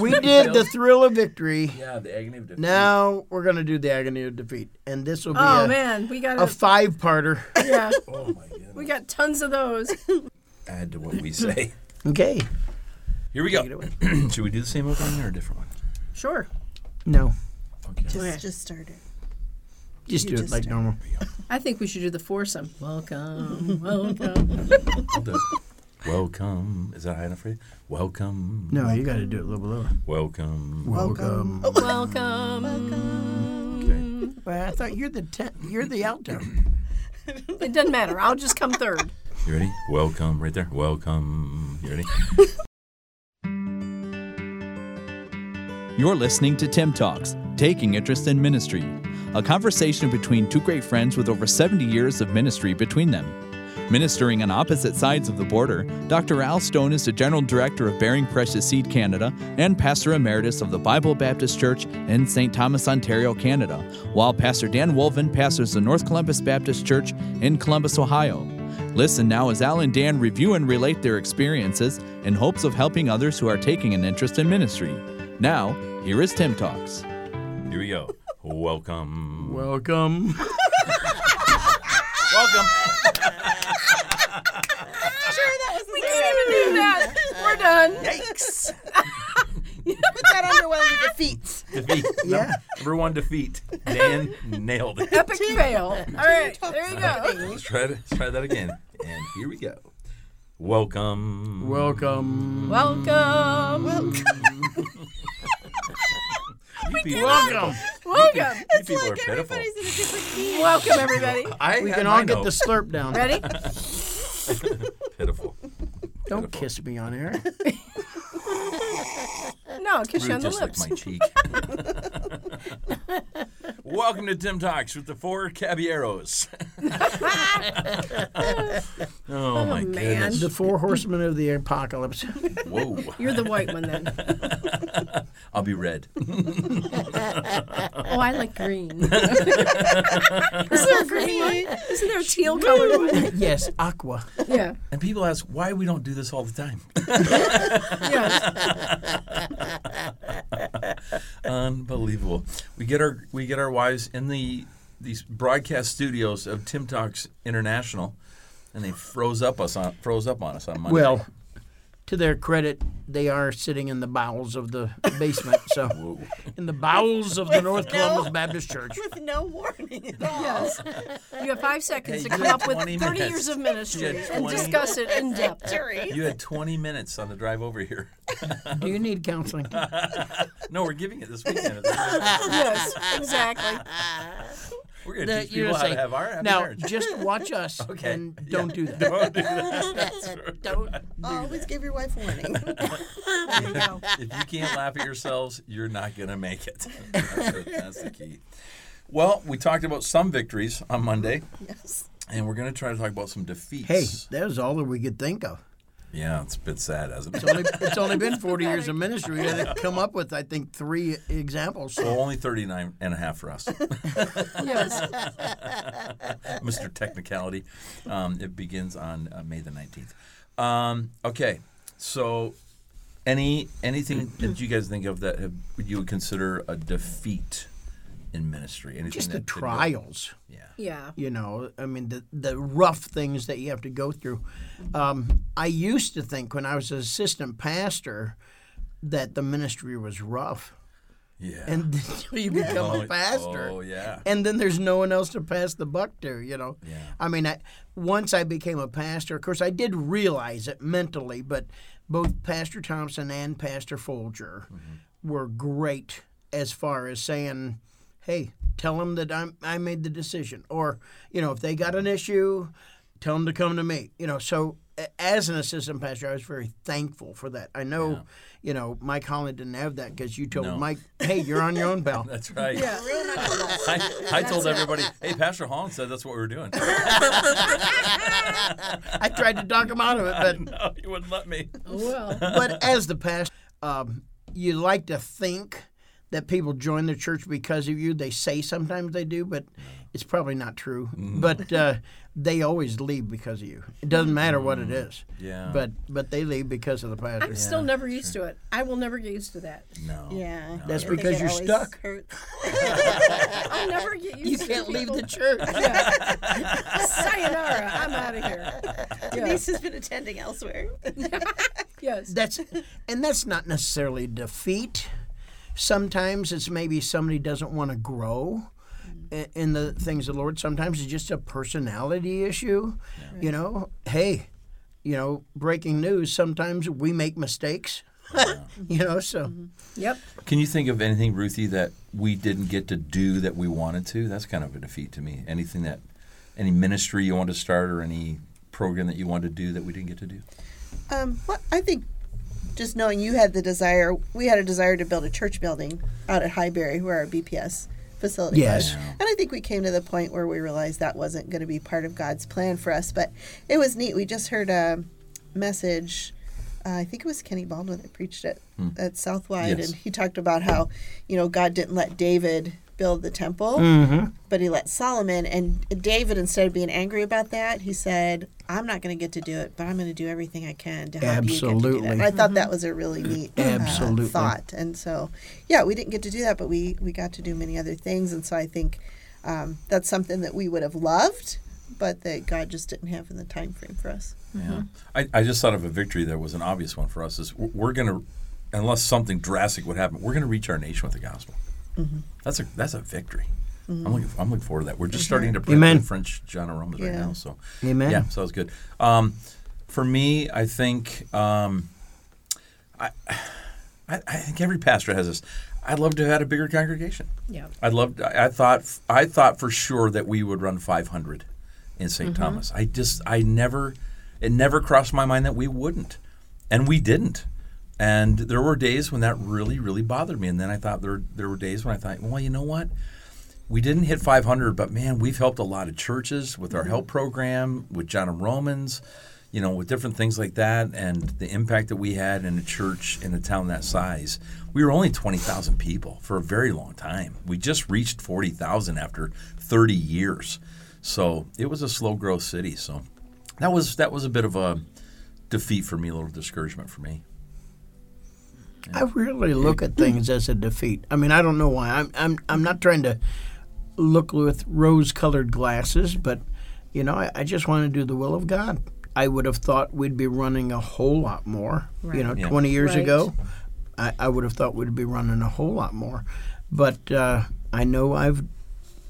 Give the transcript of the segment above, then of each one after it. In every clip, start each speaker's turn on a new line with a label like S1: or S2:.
S1: We did the thrill of victory.
S2: Yeah, the agony of defeat.
S1: Now we're gonna do the agony of defeat, and this will be
S3: Oh
S1: a,
S3: man, we got
S1: a five-parter.
S3: yeah,
S2: Oh my goodness.
S3: we got tons of those.
S2: Add to what we say.
S1: Okay.
S2: Here we go. Should we do the same opening or a different one?
S3: Sure.
S1: No,
S2: Okay.
S3: Okay.
S4: Just, just start it.
S1: just do
S4: You
S1: it
S4: just
S1: like
S4: do it.
S1: normal.
S3: I think we should do the foursome. Welcome, welcome.
S2: I'll do it. Welcome. Is that high enough for you? Welcome.
S1: No, you got to do it a little bit lower.
S2: Welcome.
S1: Welcome.
S3: Welcome.
S2: Okay.
S1: Well, I thought you're the ten, you're the outro.
S3: It doesn't matter. I'll just come third.
S2: You ready? Welcome. Right there. Welcome. You ready?
S5: You're listening to Tim Talks, Taking Interest in Ministry, a conversation between two great friends with over 70 years of ministry between them. Ministering on opposite sides of the border, Dr. Al Stone is the General Director of Bearing Precious Seed Canada and Pastor Emeritus of the Bible Baptist Church in St. Thomas, Ontario, Canada, while Pastor Dan Wolven pastors the North Columbus Baptist Church in Columbus, Ohio. Listen now as Al and Dan review and relate their experiences in hopes of helping others who are taking an interest in ministry. Now, here is Tim Talks.
S2: Here we go. Welcome.
S1: Welcome.
S2: Welcome.
S3: We can't even do that. We're done.
S4: Yikes! Put that under one of the defeats.
S2: Defeat.
S1: Yeah.
S2: Number one defeat. Dan nailed it.
S3: Epic fail. All right, there you go.
S2: Let's try, let's try that again. And here we go. Welcome.
S1: Welcome.
S3: Welcome.
S2: You
S1: Welcome.
S3: Welcome.
S2: You people are pitiful.
S4: Everybody's in a different key.
S3: Welcome, everybody.
S2: I
S1: We
S2: had
S1: can all
S2: mine
S1: get
S2: out.
S1: the slurp down.
S3: Ready?
S2: pitiful.
S1: Don't kiss me on air.
S3: No, kiss you
S2: Rude
S3: on the
S2: just licked
S3: lips.
S2: my cheek. Welcome to Tim Talks with the four caballeros. oh, my
S3: man.
S2: goodness.
S1: The four horsemen of the apocalypse.
S2: Whoa.
S3: You're the white one then.
S2: I'll be red.
S3: Oh, I like green. Is there a green one? Isn't there a teal colored one?
S1: yes, aqua.
S3: Yeah.
S2: And people ask why we don't do this all the time.
S3: Yeah.
S2: Unbelievable. We get our we get our wives in the these broadcast studios of Tim Talks International, and they froze up us on froze up on us on Monday.
S1: Well, to their credit, they are sitting in the bowels of the basement. So, in the bowels of the North Columbus Baptist Church.
S4: With no warning at all.
S1: Oh,
S3: Yes. You have five seconds
S2: Hey,
S3: to
S2: you
S3: come
S2: had
S3: up with 30
S2: 20 minutes.
S3: years of
S2: You
S3: ministry
S2: had
S3: and
S2: 20.
S3: discuss it in depth.
S4: Jury.
S2: you had 20 minutes on the drive over here.
S1: Do you need counseling?
S2: No, we're giving it this weekend. We're
S3: Yes, exactly.
S2: going to
S1: The-
S2: teach
S1: you're
S2: people how to
S1: saying,
S2: have our happy
S1: now,
S2: marriage.
S1: just watch us
S2: Okay.
S1: and don't
S2: Yeah.
S1: do that.
S2: Don't do that. That's right.
S1: Don't.
S4: Always give your wife a warning. there you go.
S2: if you can't laugh at yourselves, you're not going to make it. That's, the- that's the key. Well, we talked about some victories on Monday,
S4: Yes.
S2: and we're going to try to talk about some defeats.
S1: Hey, that was all that we could think of.
S2: Yeah, it's a bit sad, hasn't
S1: It's
S2: it?
S1: only, it's only been 40 years of ministry. We had to come up with, I think, three examples.
S2: Well, only 39 and a half for us,
S3: Yes.
S2: Mr. Technicality. Um, it begins on uh, May the 19th. Um, okay, so any anything that you guys think of that have, you would consider a defeat in ministry? Anything
S1: Just the
S2: that could go-
S1: trials,
S2: Yeah.
S3: Yeah.
S1: you know. I mean, the, the rough things that you have to go through. Um, I used to think when I was an assistant pastor that the ministry was rough.
S2: Yeah.
S1: And until you become
S2: oh,
S1: a pastor.
S2: Oh, yeah.
S1: and then there's no one else to pass the buck to you know
S2: Yeah.
S1: i mean I, once i became a pastor of course i did realize it mentally but both pastor thompson and pastor folger
S2: Mm-hmm.
S1: were great as far as saying hey tell them that I'm, i made the decision or you know if they got an issue tell them to come to me you know so a- as an assistant pastor i was very thankful for that i know you know mike holland didn't have that because you told
S2: No.
S1: mike hey you're on your own pal
S2: That's right.
S3: Yeah.
S2: I, I told everybody, hey, Pastor Holland said that's what we were doing.
S1: i tried to talk him out of it but
S2: no, you wouldn't let me.
S3: Well.
S1: but as the pastor, um, you like to think that people join the church because of you. They say sometimes they do, but it's probably not true. But uh, they always leave because of you. It doesn't matter what it is.
S2: Yeah.
S1: But but they leave because of the pastor.
S3: I'm still never used to it. I will never get used to that.
S2: No.
S4: Yeah.
S1: That's
S4: I think
S1: because
S4: it
S1: you're
S4: always
S1: stuck.
S4: hurts.
S3: I'll never get used
S4: You
S3: to
S4: can't leave
S3: people-
S4: the church.
S3: Sayonara. I'm out of here. Yeah.
S4: Denise has been attending elsewhere.
S3: Yes.
S1: That's and that's not necessarily defeat. Sometimes it's maybe somebody doesn't want to grow i- in the things of the Lord. Sometimes it's just a personality issue. You know, hey, you know, breaking news. Sometimes we make mistakes. you know, so
S3: Yep.
S2: Can you think of anything, Ruthie, that we didn't get to do that we wanted to? That's kind of a defeat to me. Anything that, any ministry you want to start or any program that you want to do that we didn't get to do?
S6: Um, well, I think just knowing you had the desire, we had a desire to build a church building out at Highbury, where our BPS facility
S1: Yes.
S6: was. And I think we came to the point where we realized that wasn't going to be part of God's plan for us. But it was neat. We just heard a message. Uh, I think it was Kenny Baldwin that preached it at Southwide,
S2: Yes.
S6: and he talked about how you know God didn't let David build the temple, but he let Solomon. And David, instead of being angry about that, he said, "I'm not going to get to do it, but I'm going to do everything I can to help you get to do
S1: Absolutely.
S6: that." And I thought that was a really neat uh,
S1: Absolutely.
S6: thought. And so, yeah, we didn't get to do that, but we we got to do many other things. And so I think um, that's something that we would have loved, but that God just didn't have in the time frame for us.
S2: Yeah. I, I just thought of a victory that was an obvious one for us is we're, we're going to, unless something drastic would happen, we're going to reach our nation with the gospel. That's a that's a victory. I'm looking I'm looking forward to that. We're just starting to pray
S1: Amen.
S2: the French John Aromas right
S6: Yeah.
S2: now. So
S1: Amen.
S2: Yeah, so that was good. Um, for me, I think um, I, I think every pastor has this. I'd love to have had a bigger congregation.
S3: Yeah.
S2: I'd love. I I thought. I thought for sure that we would run 500 in saint Thomas. I just. I never. It never crossed my mind that we wouldn't, and we didn't. And there were days when that really, really bothered me. And then I thought there. There were days when I thought, well, you know what? We didn't hit 500, but man, we've helped a lot of churches with our help program, with John and Romans, you know, with different things like that, and the impact that we had in a church in a town that size. We were only 20,000 people for a very long time. We just reached 40,000 after 30 years, so it was a slow growth city. So that was that was a bit of a defeat for me, a little discouragement for me.
S1: I rarely look at things as a defeat. I mean, I don't know why. I'm I'm I'm not trying to look with rose-colored glasses, but you know, I, I just want to do the will of God. I would have thought we'd be running a whole lot more. You know,
S2: Yeah.
S1: 20 years
S3: Right.
S1: ago, I, I would have thought we'd be running a whole lot more. But uh, I know I've,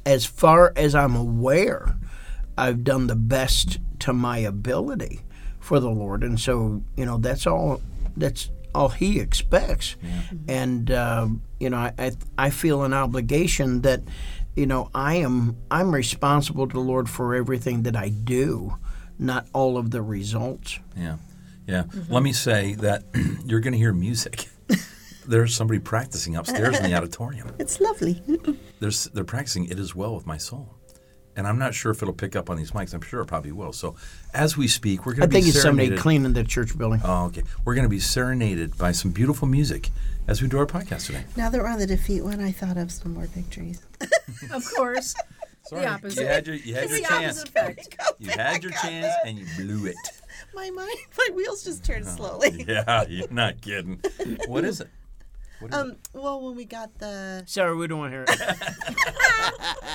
S1: as far as I'm aware, I've done the best to my ability for the Lord, and so you know that's all that's all He expects, and um, you know I, I I feel an obligation that you know I am I'm responsible to the Lord for everything that I do, not all of the results.
S2: Yeah, yeah. Let me say that you're going to hear music. There's somebody practicing upstairs in the auditorium.
S6: It's lovely.
S2: they're, s- they're practicing it as well with my soul. And I'm not sure if it'll pick up on these mics. I'm sure it probably will. So as we speak, we're
S1: I
S2: going to be
S1: think it's somebody
S2: serenaded.
S1: cleaning the church building.
S2: Oh, okay. We're going to be serenaded by some beautiful music as we do our podcast today.
S6: Now that we're on the defeat one, I thought of some more victories.
S3: Of course.
S2: Sorry,
S3: opposite.
S2: you had your, you had
S3: It's
S2: your
S3: the
S2: chance.
S3: opposite effect.
S2: You had your chance and you blew it.
S6: My mind, my wheels just turned slowly.
S2: Oh. Yeah, you're not kidding. What is it? What is
S6: Um, well, when we got the
S1: Sorry, we don't want to hear it.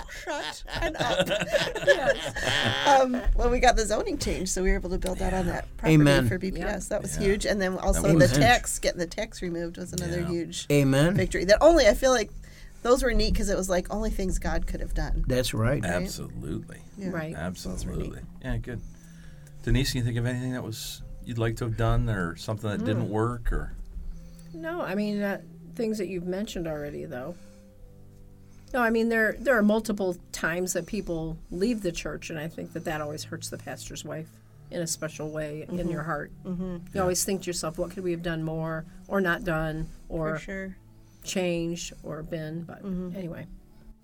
S6: crotch and up, um, when we got the zoning change, so we were able to build out on that property
S1: Amen.
S6: for BPS. That was
S2: Yeah.
S6: huge, and then also
S2: was
S6: the
S2: huge.
S6: tax, getting the tax removed was another
S2: Yeah.
S6: huge
S1: Amen.
S6: victory. That only I feel like those were neat because it was like only things God could have done.
S1: That's right.
S2: it? Absolutely.
S3: Right.
S2: Absolutely. Yeah, good. Denise, can you think of anything that was you'd like to have done or something that
S3: Mm.
S2: didn't work or
S3: No, I mean uh, things that you've mentioned already, though. No, I mean there there are multiple times that people leave the church, and I think that that always hurts the pastor's wife in a special way in your heart. Mm-hmm. You always think to yourself, what could we have done more, or not done, or
S6: For sure.
S3: changed, or been? But anyway,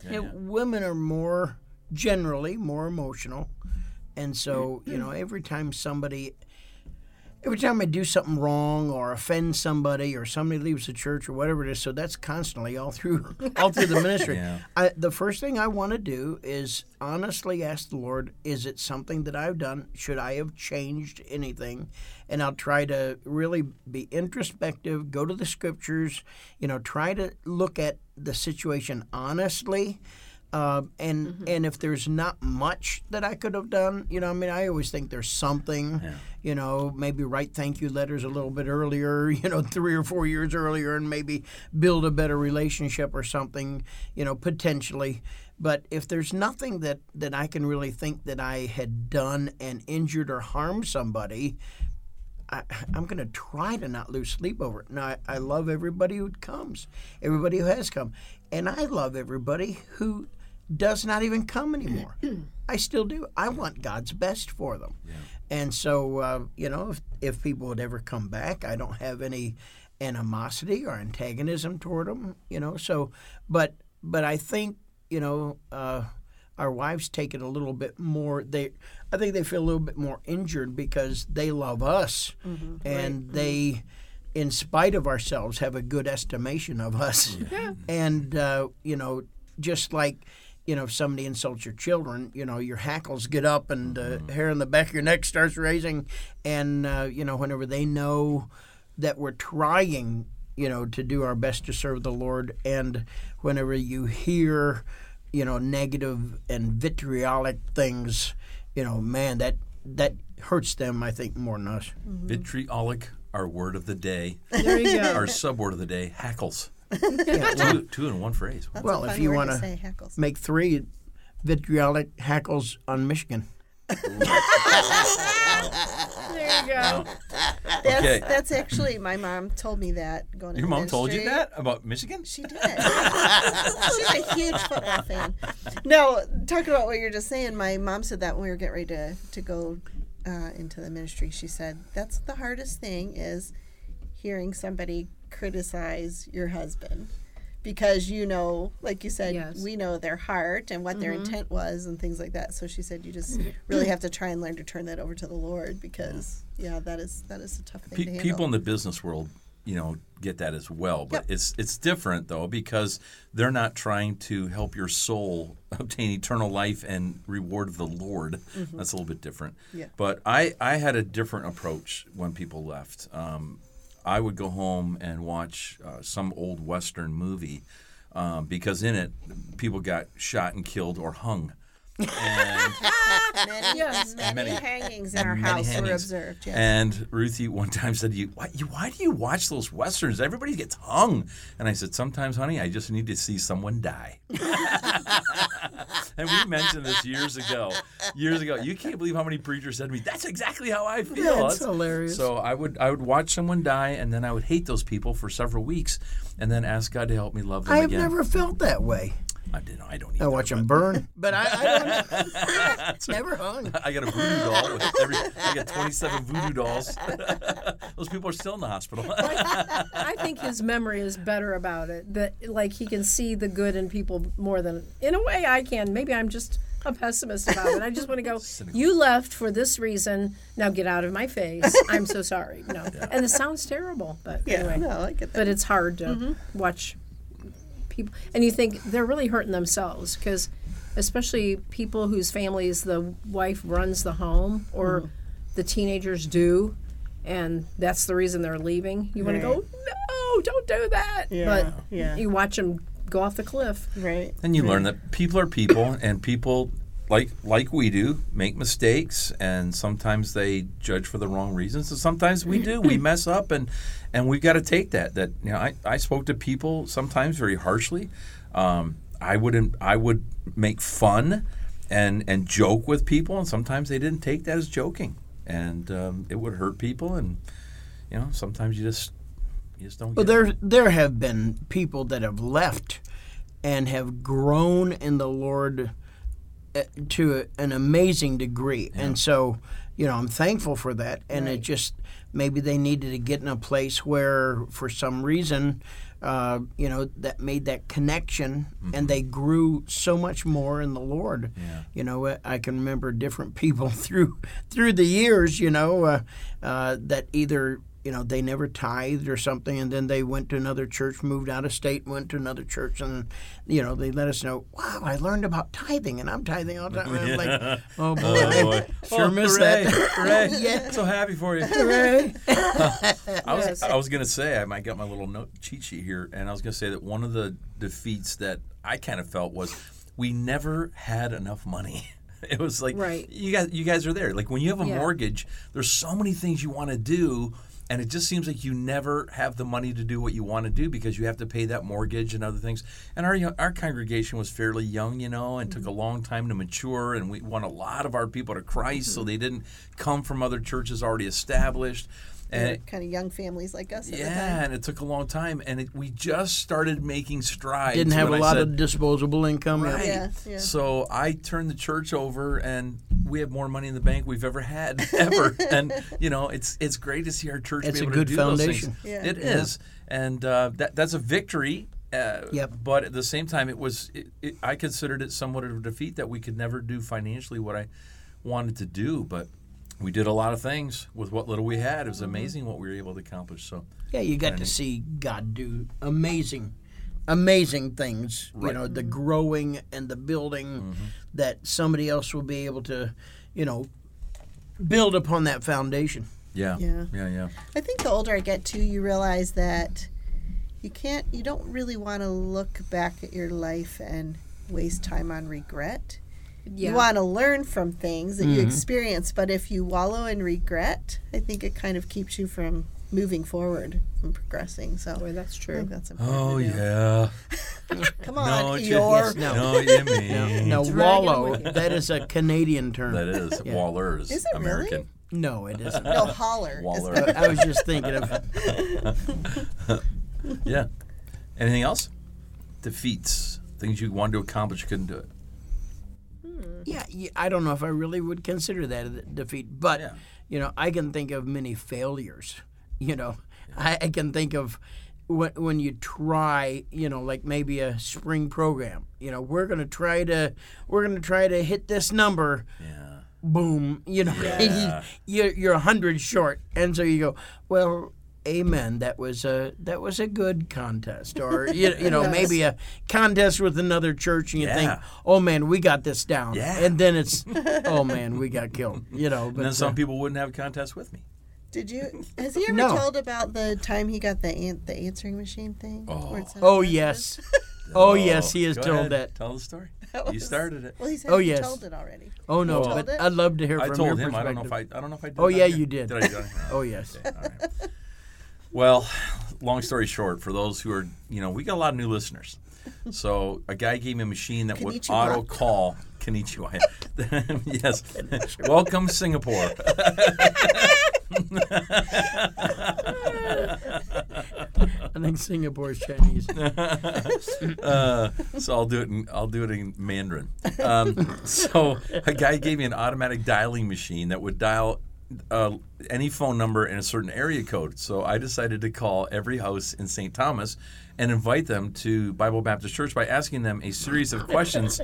S1: Yeah, women are more generally more emotional and so you know every time somebody every time I do something wrong or offend somebody or somebody leaves the church or whatever it is, so that's constantly all through all through the ministry.
S2: Yeah.
S1: I, the first thing I want to do is honestly ask the Lord, is it something that I've done? Should I have changed anything? And I'll try to really be introspective, go to the scriptures, you know, try to look at the situation honestly. Uh, and and if there's not much that I could have done, you know, I mean, I always think there's something, you know, maybe write thank you letters a little bit earlier, you know, three or four years earlier, and maybe build a better relationship or something, you know, potentially. But if there's nothing that that I can really think that I had done and injured or harmed somebody. I, I'm going to try to not lose sleep over it. Now, I, I love everybody who comes, everybody who has come. And I love everybody who does not even come anymore. I still do. I want God's best for them. And so, uh, you know, if, if people would ever come back, I don't have any animosity or antagonism toward them, you know. So, but but I think, you know, uh, our wives take it a little bit more. They, I think they feel a little bit more injured because they love us and they in spite of ourselves, have a good estimation of us. And, uh, you know, just like, you know, if somebody insults your children, you know, your hackles get up and the hair on the back of your neck starts raising. And, uh, you know, whenever they know that we're trying, you know, to do our best to serve the Lord, and whenever you hear, you know, negative and vitriolic things, you know, man, that, that hurts them, I think, more than us.
S2: Vitriolic, our word of the day,
S3: Mm-hmm. There you go.
S2: our subword of the day, hackles. two, two in one phrase. Wow.
S1: well, if you want
S6: to say heckles.
S1: make three vitriolic hackles on Michigan.
S3: There you go.
S6: That's,
S2: Okay.
S6: that's actually my mom told me that going.
S2: Your
S6: into
S2: mom told you
S6: ministry.
S2: that about Michigan?
S6: She did. She's a huge football fan. No, talking about what you're just saying, my mom said that when we were getting ready to to go uh, into the ministry. She said that's the hardest thing is hearing somebody criticize your husband because you know, like you said,
S3: Yes.
S6: we know their heart and what their intent was and things like that. So she said you just really have to try and learn to turn that over to the Lord because yeah, that is that is a tough thing to
S2: Pe-
S6: handle.
S2: people in the business world, you know, get that as well. But it's it's different though because they're not trying to help your soul obtain eternal life and reward of the Lord. That's a little bit different.
S6: Mm-hmm. Yeah.
S2: But I I had a different approach when people left. Um, I would go home and watch uh, some old western movie um, because in it people got shot and killed or hung. And
S6: many,
S3: Yes.
S6: many,
S2: Many-
S6: hangings in our
S2: many
S6: house were
S2: hangings.
S6: observed. Yes.
S2: And Ruthie one time said, "You why, you why do you watch those westerns? Everybody gets hung." And I said, "Sometimes, honey, I just need to see someone die." and we mentioned this years ago. Years ago, you can't believe how many preachers said to me, "That's exactly how I feel."
S1: That's hilarious.
S2: So I would I would watch someone die, and then I would hate those people for several weeks, and then ask God to help me love them
S1: I've
S2: again.
S1: never felt that way.
S2: I didn't. I don't. Either,
S1: I watch
S2: but-
S1: them burn, but I, I don't, never hung.
S2: I got a voodoo doll with every. I got 27 voodoo dolls. Those people are still in the hospital.
S3: I think his memory is better about it. That like he can see the good in people more than in a way I can. Maybe I'm just a pessimist about it. I just want to go. You left for this reason. Now get out of my face. I'm so sorry. No, and it sounds terrible, but anyway.
S6: no, I get that.
S3: But it's hard to
S6: Mm-hmm.
S3: watch people, and you think they're really hurting themselves because, especially people whose families the wife runs the home or
S6: Mm-hmm.
S3: the teenagers do, and that's the reason they're leaving. You want to go, no, don't do that.
S6: Yeah,
S3: but
S6: yeah.
S3: you watch them go off the cliff.
S6: Right.
S2: And you learn that people are people, and people like like we do make mistakes, and sometimes they judge for the wrong reasons, and sometimes we do we mess up, and and we've got to take that. That you know, I, I spoke to people sometimes very harshly. Um, I wouldn't. I would make fun and and joke with people, and sometimes they didn't take that as joking, and um, it would hurt people, and you know, sometimes you just you just don't.
S1: Well,
S2: get it.
S1: there there have been people that have left and have grown in the Lord uh, to a, an amazing degree, and so you know I'm thankful for that. And it just maybe they needed to get in a place where, for some reason, uh, you know, that made that connection, and they grew so much more in the Lord. You know, eh, I- I can remember different people through through the years. You know, uh, uh, that either you know they never tithed or something, and then they went to another church, moved out of state, went to another church, and you know they let us know. Wow, I learned about tithing, and I'm tithing all the time. And I'm like, oh boy,
S2: Oh, boy.
S1: sure
S2: Oh,
S1: missed
S2: hooray,
S1: that.
S2: Hooray. So happy for you.
S1: Hooray.
S2: I was I was gonna say I might got my little note cheat sheet here, and I was gonna say that one of the defeats that I kind of felt was we never had enough money. It was like
S3: Right.
S2: you guys you guys are there. Like when you have a
S3: Yeah.
S2: mortgage, there's so many things you want to do. And it just seems like you never have the money to do what you want to do because you have to pay that mortgage and other things. And our young, our congregation was fairly young, you know, and
S3: Mm-hmm.
S2: took a long time to mature. And we won a lot of our people to Christ,
S3: Mm-hmm.
S2: so they didn't come from other churches already established. And
S6: kind of young families like us at the time.
S2: yeah, and it took a long time, and it, we just started making strides.
S1: Didn't have a
S2: when I
S1: lot
S2: said,
S1: of disposable income.
S2: right.
S6: Yeah, yeah.
S2: So I turned the church over, and we have more money in the bank we've ever had ever. and you know, it's it's great to see our church
S1: It's
S2: be
S1: a
S2: able
S1: good
S2: to do
S1: foundation.
S2: those things. It is, and uh, that that's a victory. Uh,
S1: Yep.
S2: But at the same time, it was it, it, I considered it somewhat of a defeat that we could never do financially what I wanted to do, but. We did a lot of things with what little we had. It
S6: Mm-hmm.
S2: was amazing what we were able to accomplish. So
S1: Yeah, you got to see God do amazing, amazing things. You know, the growing and the building
S2: Mm-hmm.
S1: that somebody else will be able to, you know, build upon that foundation.
S2: Yeah.
S6: Yeah.
S2: Yeah. Yeah.
S6: I think the older I get too, you realize that you can't, you don't really want to look back at your life and waste time on regret.
S3: Yeah.
S6: You want to learn from things that you
S2: Mm-hmm.
S6: experience, but if you wallow in regret, I think it kind of keeps you from moving forward and progressing. So
S3: Boy, that's
S6: I
S3: true.
S6: think that's important.
S2: Oh
S6: to do.
S2: yeah.
S6: Come on,
S2: it's
S6: Eeyore.
S2: just- no, you mean.
S1: No,
S3: Dragging
S1: wallow.
S3: with you.
S1: That is a Canadian term.
S2: That is Waller's
S6: Is it really?
S2: American.
S1: No, it isn't.
S6: No, holler.
S2: Waller.
S1: I was just thinking of
S2: yeah. Anything else? Defeats. Things you wanted to accomplish, you couldn't do it.
S1: Yeah, y- I don't know if I really would consider that a d- defeat, but
S2: Yeah.
S1: you know, I can think of many failures. You know, I, I can think of when when you try, you know, like maybe a spring program. You know, we're gonna try to we're gonna try to hit this number.
S2: Yeah.
S1: Boom, you know, you're you're a hundred short, and so you go, well. Amen. That was a that was a good contest, or you, you know maybe a contest with another church, and you
S2: Yeah.
S1: think, oh man, we got this down.
S2: Yeah.
S1: And then it's, oh man, we got killed. You know,
S2: And then
S1: but uh,
S2: some people wouldn't have a contest with me.
S6: Did you? Has he ever
S1: No.
S6: told about the time he got the an- the answering machine thing? Where it said-
S1: oh yes, oh yes, he has
S2: Go
S1: told
S2: ahead,
S1: that.
S2: Tell the story.
S6: That
S2: you
S6: was-
S2: started it.
S6: Well, he said
S1: Oh,
S6: he
S1: yes.
S6: told it already.
S1: Oh no,
S6: You told
S1: but
S6: it?
S1: I'd love to hear
S2: I
S1: from
S2: told
S1: your
S2: him. I don't know if I. I
S1: perspective.
S2: don't know if I did.
S1: Oh,
S2: that
S1: yeah,
S2: here.
S1: you did.
S2: Did I? do it?
S1: Oh yes,
S2: All right. Well, long story short, for those who are, you know, we got a lot of new listeners. So a guy gave me a machine that would
S6: Konnichiwa.
S2: auto call Konnichiwa. yes. Welcome, Singapore.
S1: I think Singapore's Chinese.
S2: Uh, so I'll do it. In, I'll do it in Mandarin. Um, so a guy gave me an automatic dialing machine that would dial uh, any phone number and a certain area code. So I decided to call every house in St. Thomas and invite them to Bible Baptist Church by asking them a series of questions.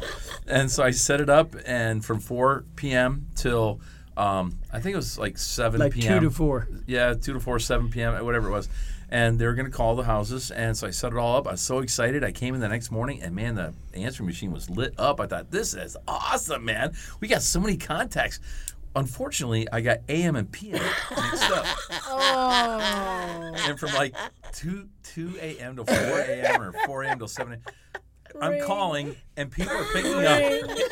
S2: and so I set it up, and from 4 p.m. till um, I think it was like 7
S1: Like
S2: p.m.
S1: two to four.
S2: Yeah, two to four, seven p.m., whatever it was. And they were going to call the houses, and so I set it all up. I was so excited. I came in the next morning, and man, the answering machine was lit up. I thought, this is awesome, man. We got so many contacts. Unfortunately, I got AM and PM mixed up,
S3: Oh,
S2: and from like two two AM to four AM or four AM to seven. AM, I'm calling, and people are picking up,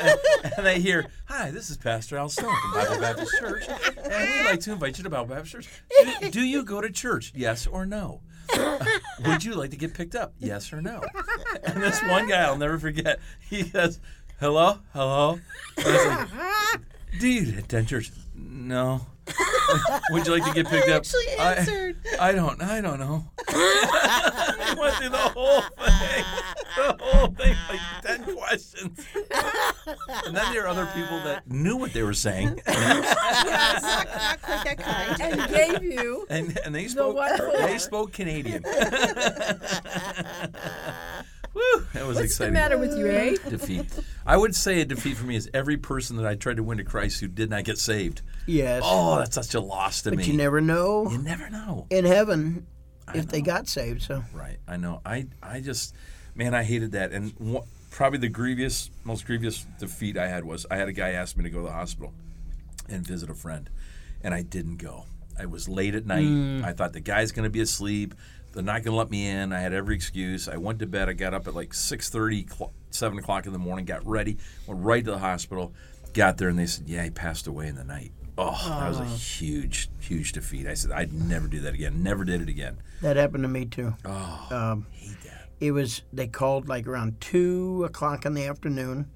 S2: and, and they hear, "Hi, this is Pastor Al Stone from Bible Baptist Church, and we'd like to invite you to Bible Baptist Church. Do, do you go to church? Yes or no? Would you like to get picked up? Yes or no?" And this one guy, I'll never forget, he says, "Hello, hello." And I was like, do you attend church? No. Would you like to get picked up?
S6: actually
S2: I-
S6: answered.
S2: I don't. I don't know. I went through the whole thing. The whole thing, like ten questions. and then there are other people that knew what they were saying,
S6: not, not quite that kind.
S3: and gave you.
S2: and, and they spoke
S3: one for-
S2: they spoke Canadian. Woo! That was
S3: What's the
S2: exciting.
S3: matter with you, eh?
S2: defeat. I would say a defeat for me is every person that I tried to win to Christ who did not get saved.
S1: Yes.
S2: Oh, that's such a loss to
S1: but
S2: me.
S1: you never know
S2: You never know.
S1: in heaven if they got saved. So
S2: Right. I know. I I just, man, I hated that. And wha- probably the grievous, most grievous defeat I had was I had a guy ask me to go to the hospital and visit a friend, and I didn't go. I was late at night. I thought the guy's going to be asleep. They're not going to let me in. I had every excuse. I went to bed. I got up at like 6.30, cl- 7 o'clock in the morning, got ready, went right to the hospital, got there, and they said, yeah, he passed away in the night. Oh, that was a huge, huge defeat. I said, I'd never do that again. Never did it again.
S1: that happened to me too. Um,
S2: Hate that.
S1: It was they called like around two o'clock in the afternoon,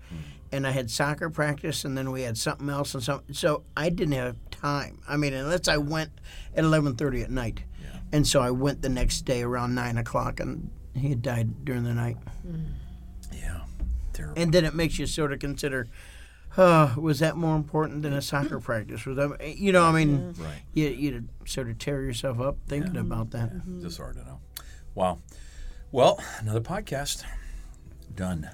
S1: and I had soccer practice, and then we had something else and something. So I didn't have time. I mean, unless I went at eleven thirty at night, and so I went the next day around nine o'clock, and he had died during the night.
S2: Yeah. Terrible.
S1: and then it makes you sort of consider uh, was that more important than a soccer practice was that, eh, you know i mean
S2: Right.
S1: you, you sort of tear yourself up thinking about that
S2: Just hard to know. Wow. Well, another podcast done.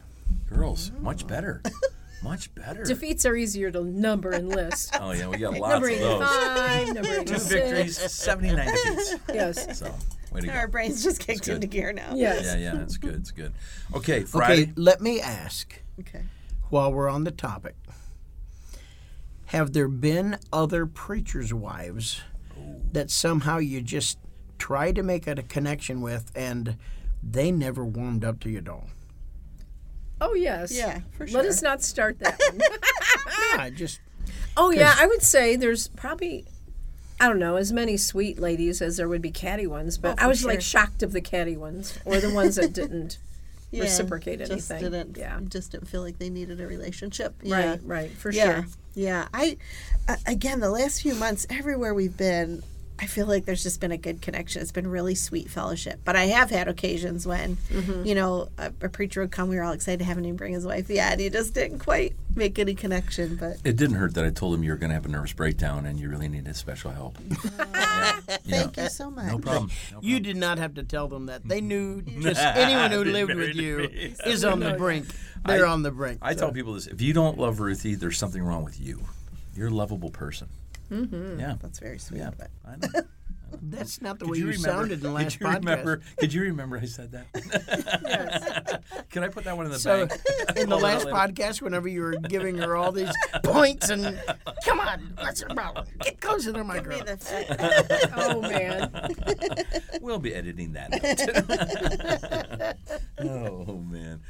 S2: Girls, much better. much better.
S3: Defeats are easier to number and list.
S2: oh yeah, we got lots
S3: number
S2: of those.
S3: 85, number
S2: Two
S3: 86.
S2: victories, seventy-nine defeats.
S3: Yes.
S2: So, way to go.
S6: Our brains just kicked
S2: good.
S6: into gear now.
S3: Yes.
S2: Yeah, yeah, it's good. It's good. Okay, Friday.
S1: okay let me ask
S6: Okay.
S1: while we're on the topic have there been other preachers wives that somehow you just try to make a connection with and they never warmed up to you at all
S3: Oh, yes.
S6: Yeah, for
S3: Let
S6: sure.
S3: us not start that one.
S1: yeah I just
S3: Oh yeah, I would say there's probably I don't know as many sweet ladies as there would be catty ones,
S6: Oh,
S3: but I was like shocked of the catty ones or the ones that didn't
S6: Yeah,
S3: reciprocate
S6: Just
S3: anything.
S6: didn't.
S3: Yeah.
S6: Just didn't feel like they needed a relationship. Yeah.
S3: Right, right, for
S6: yeah.
S3: sure.
S6: Yeah. I uh, again, the last few months, everywhere we've been, I feel like there's just been a good connection. It's been really sweet fellowship. But I have had occasions when,
S3: Mm-hmm.
S6: you know, a, a preacher would come. We were all excited to have him bring his wife. Yeah, and he just didn't quite make any connection. But
S2: It didn't hurt that I told him you were going to have a nervous breakdown and you really needed special help.
S6: thank you so much.
S2: No problem. No
S1: You did not have to tell them that. They knew just anyone who
S2: They're
S1: lived with
S2: married to
S1: you
S2: me.
S1: is on the brink. They're
S2: I-
S1: on the brink.
S2: I
S1: so.
S2: tell people this: if you don't love Ruthie, there's something wrong with you. You're a lovable person. Mm-hmm. Yeah,
S6: That's very sweet.
S2: yeah.
S6: But
S2: I know.
S1: that's not the
S2: Could
S1: way you, sounded in the last
S2: could you
S1: podcast.
S2: Remember, could you remember I said that? Can I put that one in the
S1: So
S2: bank?
S1: in the
S2: Hold on,
S1: last
S2: later.
S1: podcast, whenever you were giving her all these points and come on, what's the problem? Get closer to my girl.
S3: Oh man.
S2: We'll be editing that. out. oh man!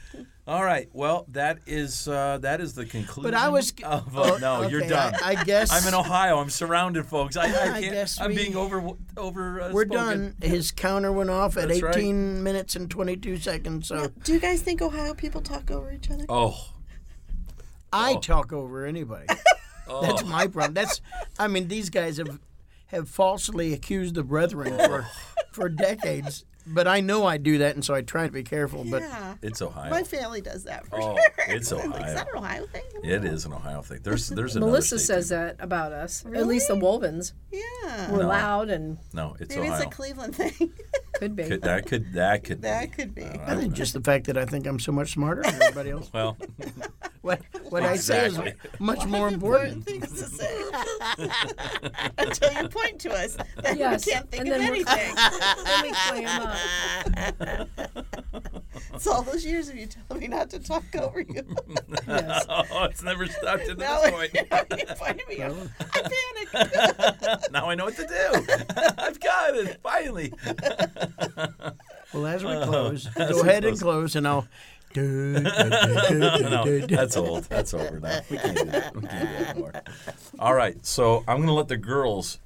S2: All right. Well, that is uh, that is the conclusion.
S1: But I was
S2: Of, uh,
S1: oh,
S2: no, you're
S1: okay,
S2: done.
S1: I, I guess
S2: am in Ohio. I'm surrounded, folks. I, I can't. I
S1: guess
S2: am
S1: we-
S2: being over over. Uh,
S1: we're
S2: spoken.
S1: done. His counter went off at
S2: That's
S1: 18
S2: right.
S1: minutes and 22 seconds. So
S6: Do you guys think Ohio people talk over each other?
S2: Oh,
S1: I talk over anybody. That's my problem. That's I mean these guys have have falsely accused the brethren for for decades. But I know I do that, and so I try to be careful. But
S6: yeah.
S2: it's Ohio.
S6: My family does that for
S2: Oh,
S6: sure.
S2: it's
S6: Like, is
S2: Ohio.
S6: that an Ohio thing? I don't
S2: It
S6: know.
S2: is an Ohio thing. There's there's another
S3: Melissa
S2: state
S3: says
S2: people-
S3: that about us. At least the Wolvins
S6: Yeah.
S3: were loud and
S2: No, it's
S6: Maybe
S2: Ohio.
S6: it's a Cleveland thing.
S3: could be.
S2: Could- that could that could
S6: that
S2: be.
S6: could be.
S1: I think just the fact that I think I'm so much smarter than everybody else.
S2: well.
S1: What what I say
S2: Exactly.
S1: is much more important.
S6: things to say until you point to us. Then
S3: Yes,
S6: we can't think
S3: and
S6: of
S3: then we're-
S6: anything.
S3: Let me play 'em up.
S6: it's all those years of you telling me not to talk over you.
S3: Yes.
S2: Oh, it's never stopped at
S6: now
S2: this point.
S6: you pointed me. out. I panicked.
S2: now I know what to do. I've got it finally.
S1: Well, Uh-huh. as we close, go ahead and close, and I'll.
S2: No, that's old. That's over now. We can't do that. We can't do that anymore. All right, so I'm going to let the girls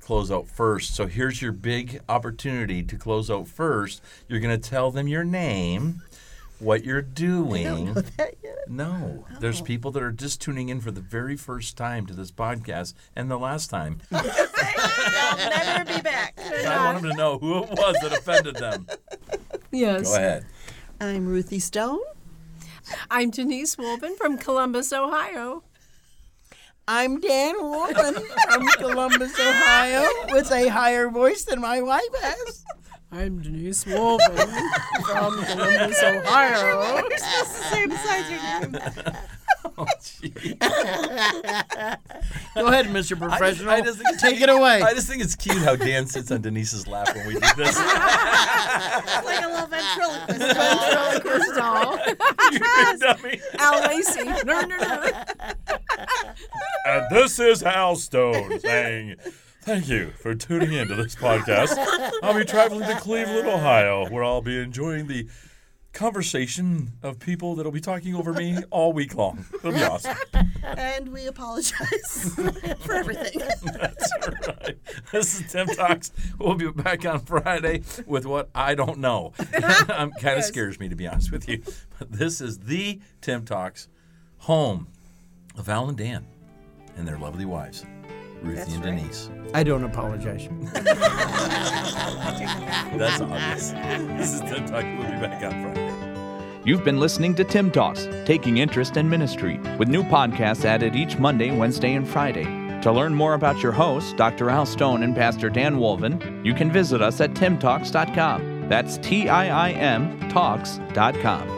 S2: close out first. So here's your big opportunity to close out first. You're going to tell them your name, what you're doing. No,
S6: Oh.
S2: there's people that are just tuning in for the very first time to this podcast and the last time.
S6: I'll never be back.
S2: I want them to know who it was that offended them.
S3: Yes.
S2: Go ahead.
S6: I'm Ruthie Stone.
S3: I'm Denise Wolven from Columbus, Ohio.
S1: I'm Dan Wolfen from Columbus, Ohio, with a higher voice than my wife has.
S3: I'm Denise Wolven from Columbus, Ohio.
S6: You're supposed to say besides your name.
S2: Oh,
S1: Go ahead, Mr.
S2: I just-
S1: Professional.
S2: I just think it's
S1: Take
S2: cute-
S1: it away.
S2: I just think it's cute how Dan sits on Denise's lap when we do this.
S6: It's like a little ventriloquist.
S3: Ventriloquist doll.
S2: You big dummy.
S3: Al Lacey. No, no, no.
S2: And this is Hal Stone saying, Thank you for tuning in to this podcast. I'll be traveling to Cleveland, Ohio, where I'll be enjoying the conversation of people that'll be talking over me all week long. It'll be awesome.
S6: And we apologize for everything.
S2: That's right. This is Tim Talks. We'll be back on Friday with what I don't know. um, kind of scares me to be honest with you. But this is the Tim Talks home of Al and Dan and their lovely wives, Ruthie and Denise.
S1: I don't apologize.
S2: That's obvious. this is Tim Talks. We'll be back on Friday.
S5: You've been listening to Tim Talks, Taking Interest in Ministry, with new podcasts added each Monday, Wednesday, and Friday. To learn more about your hosts, Dr. Al Stone and Pastor Dan Wolven, you can visit us at timtalks.com. That's T I I M talks.com.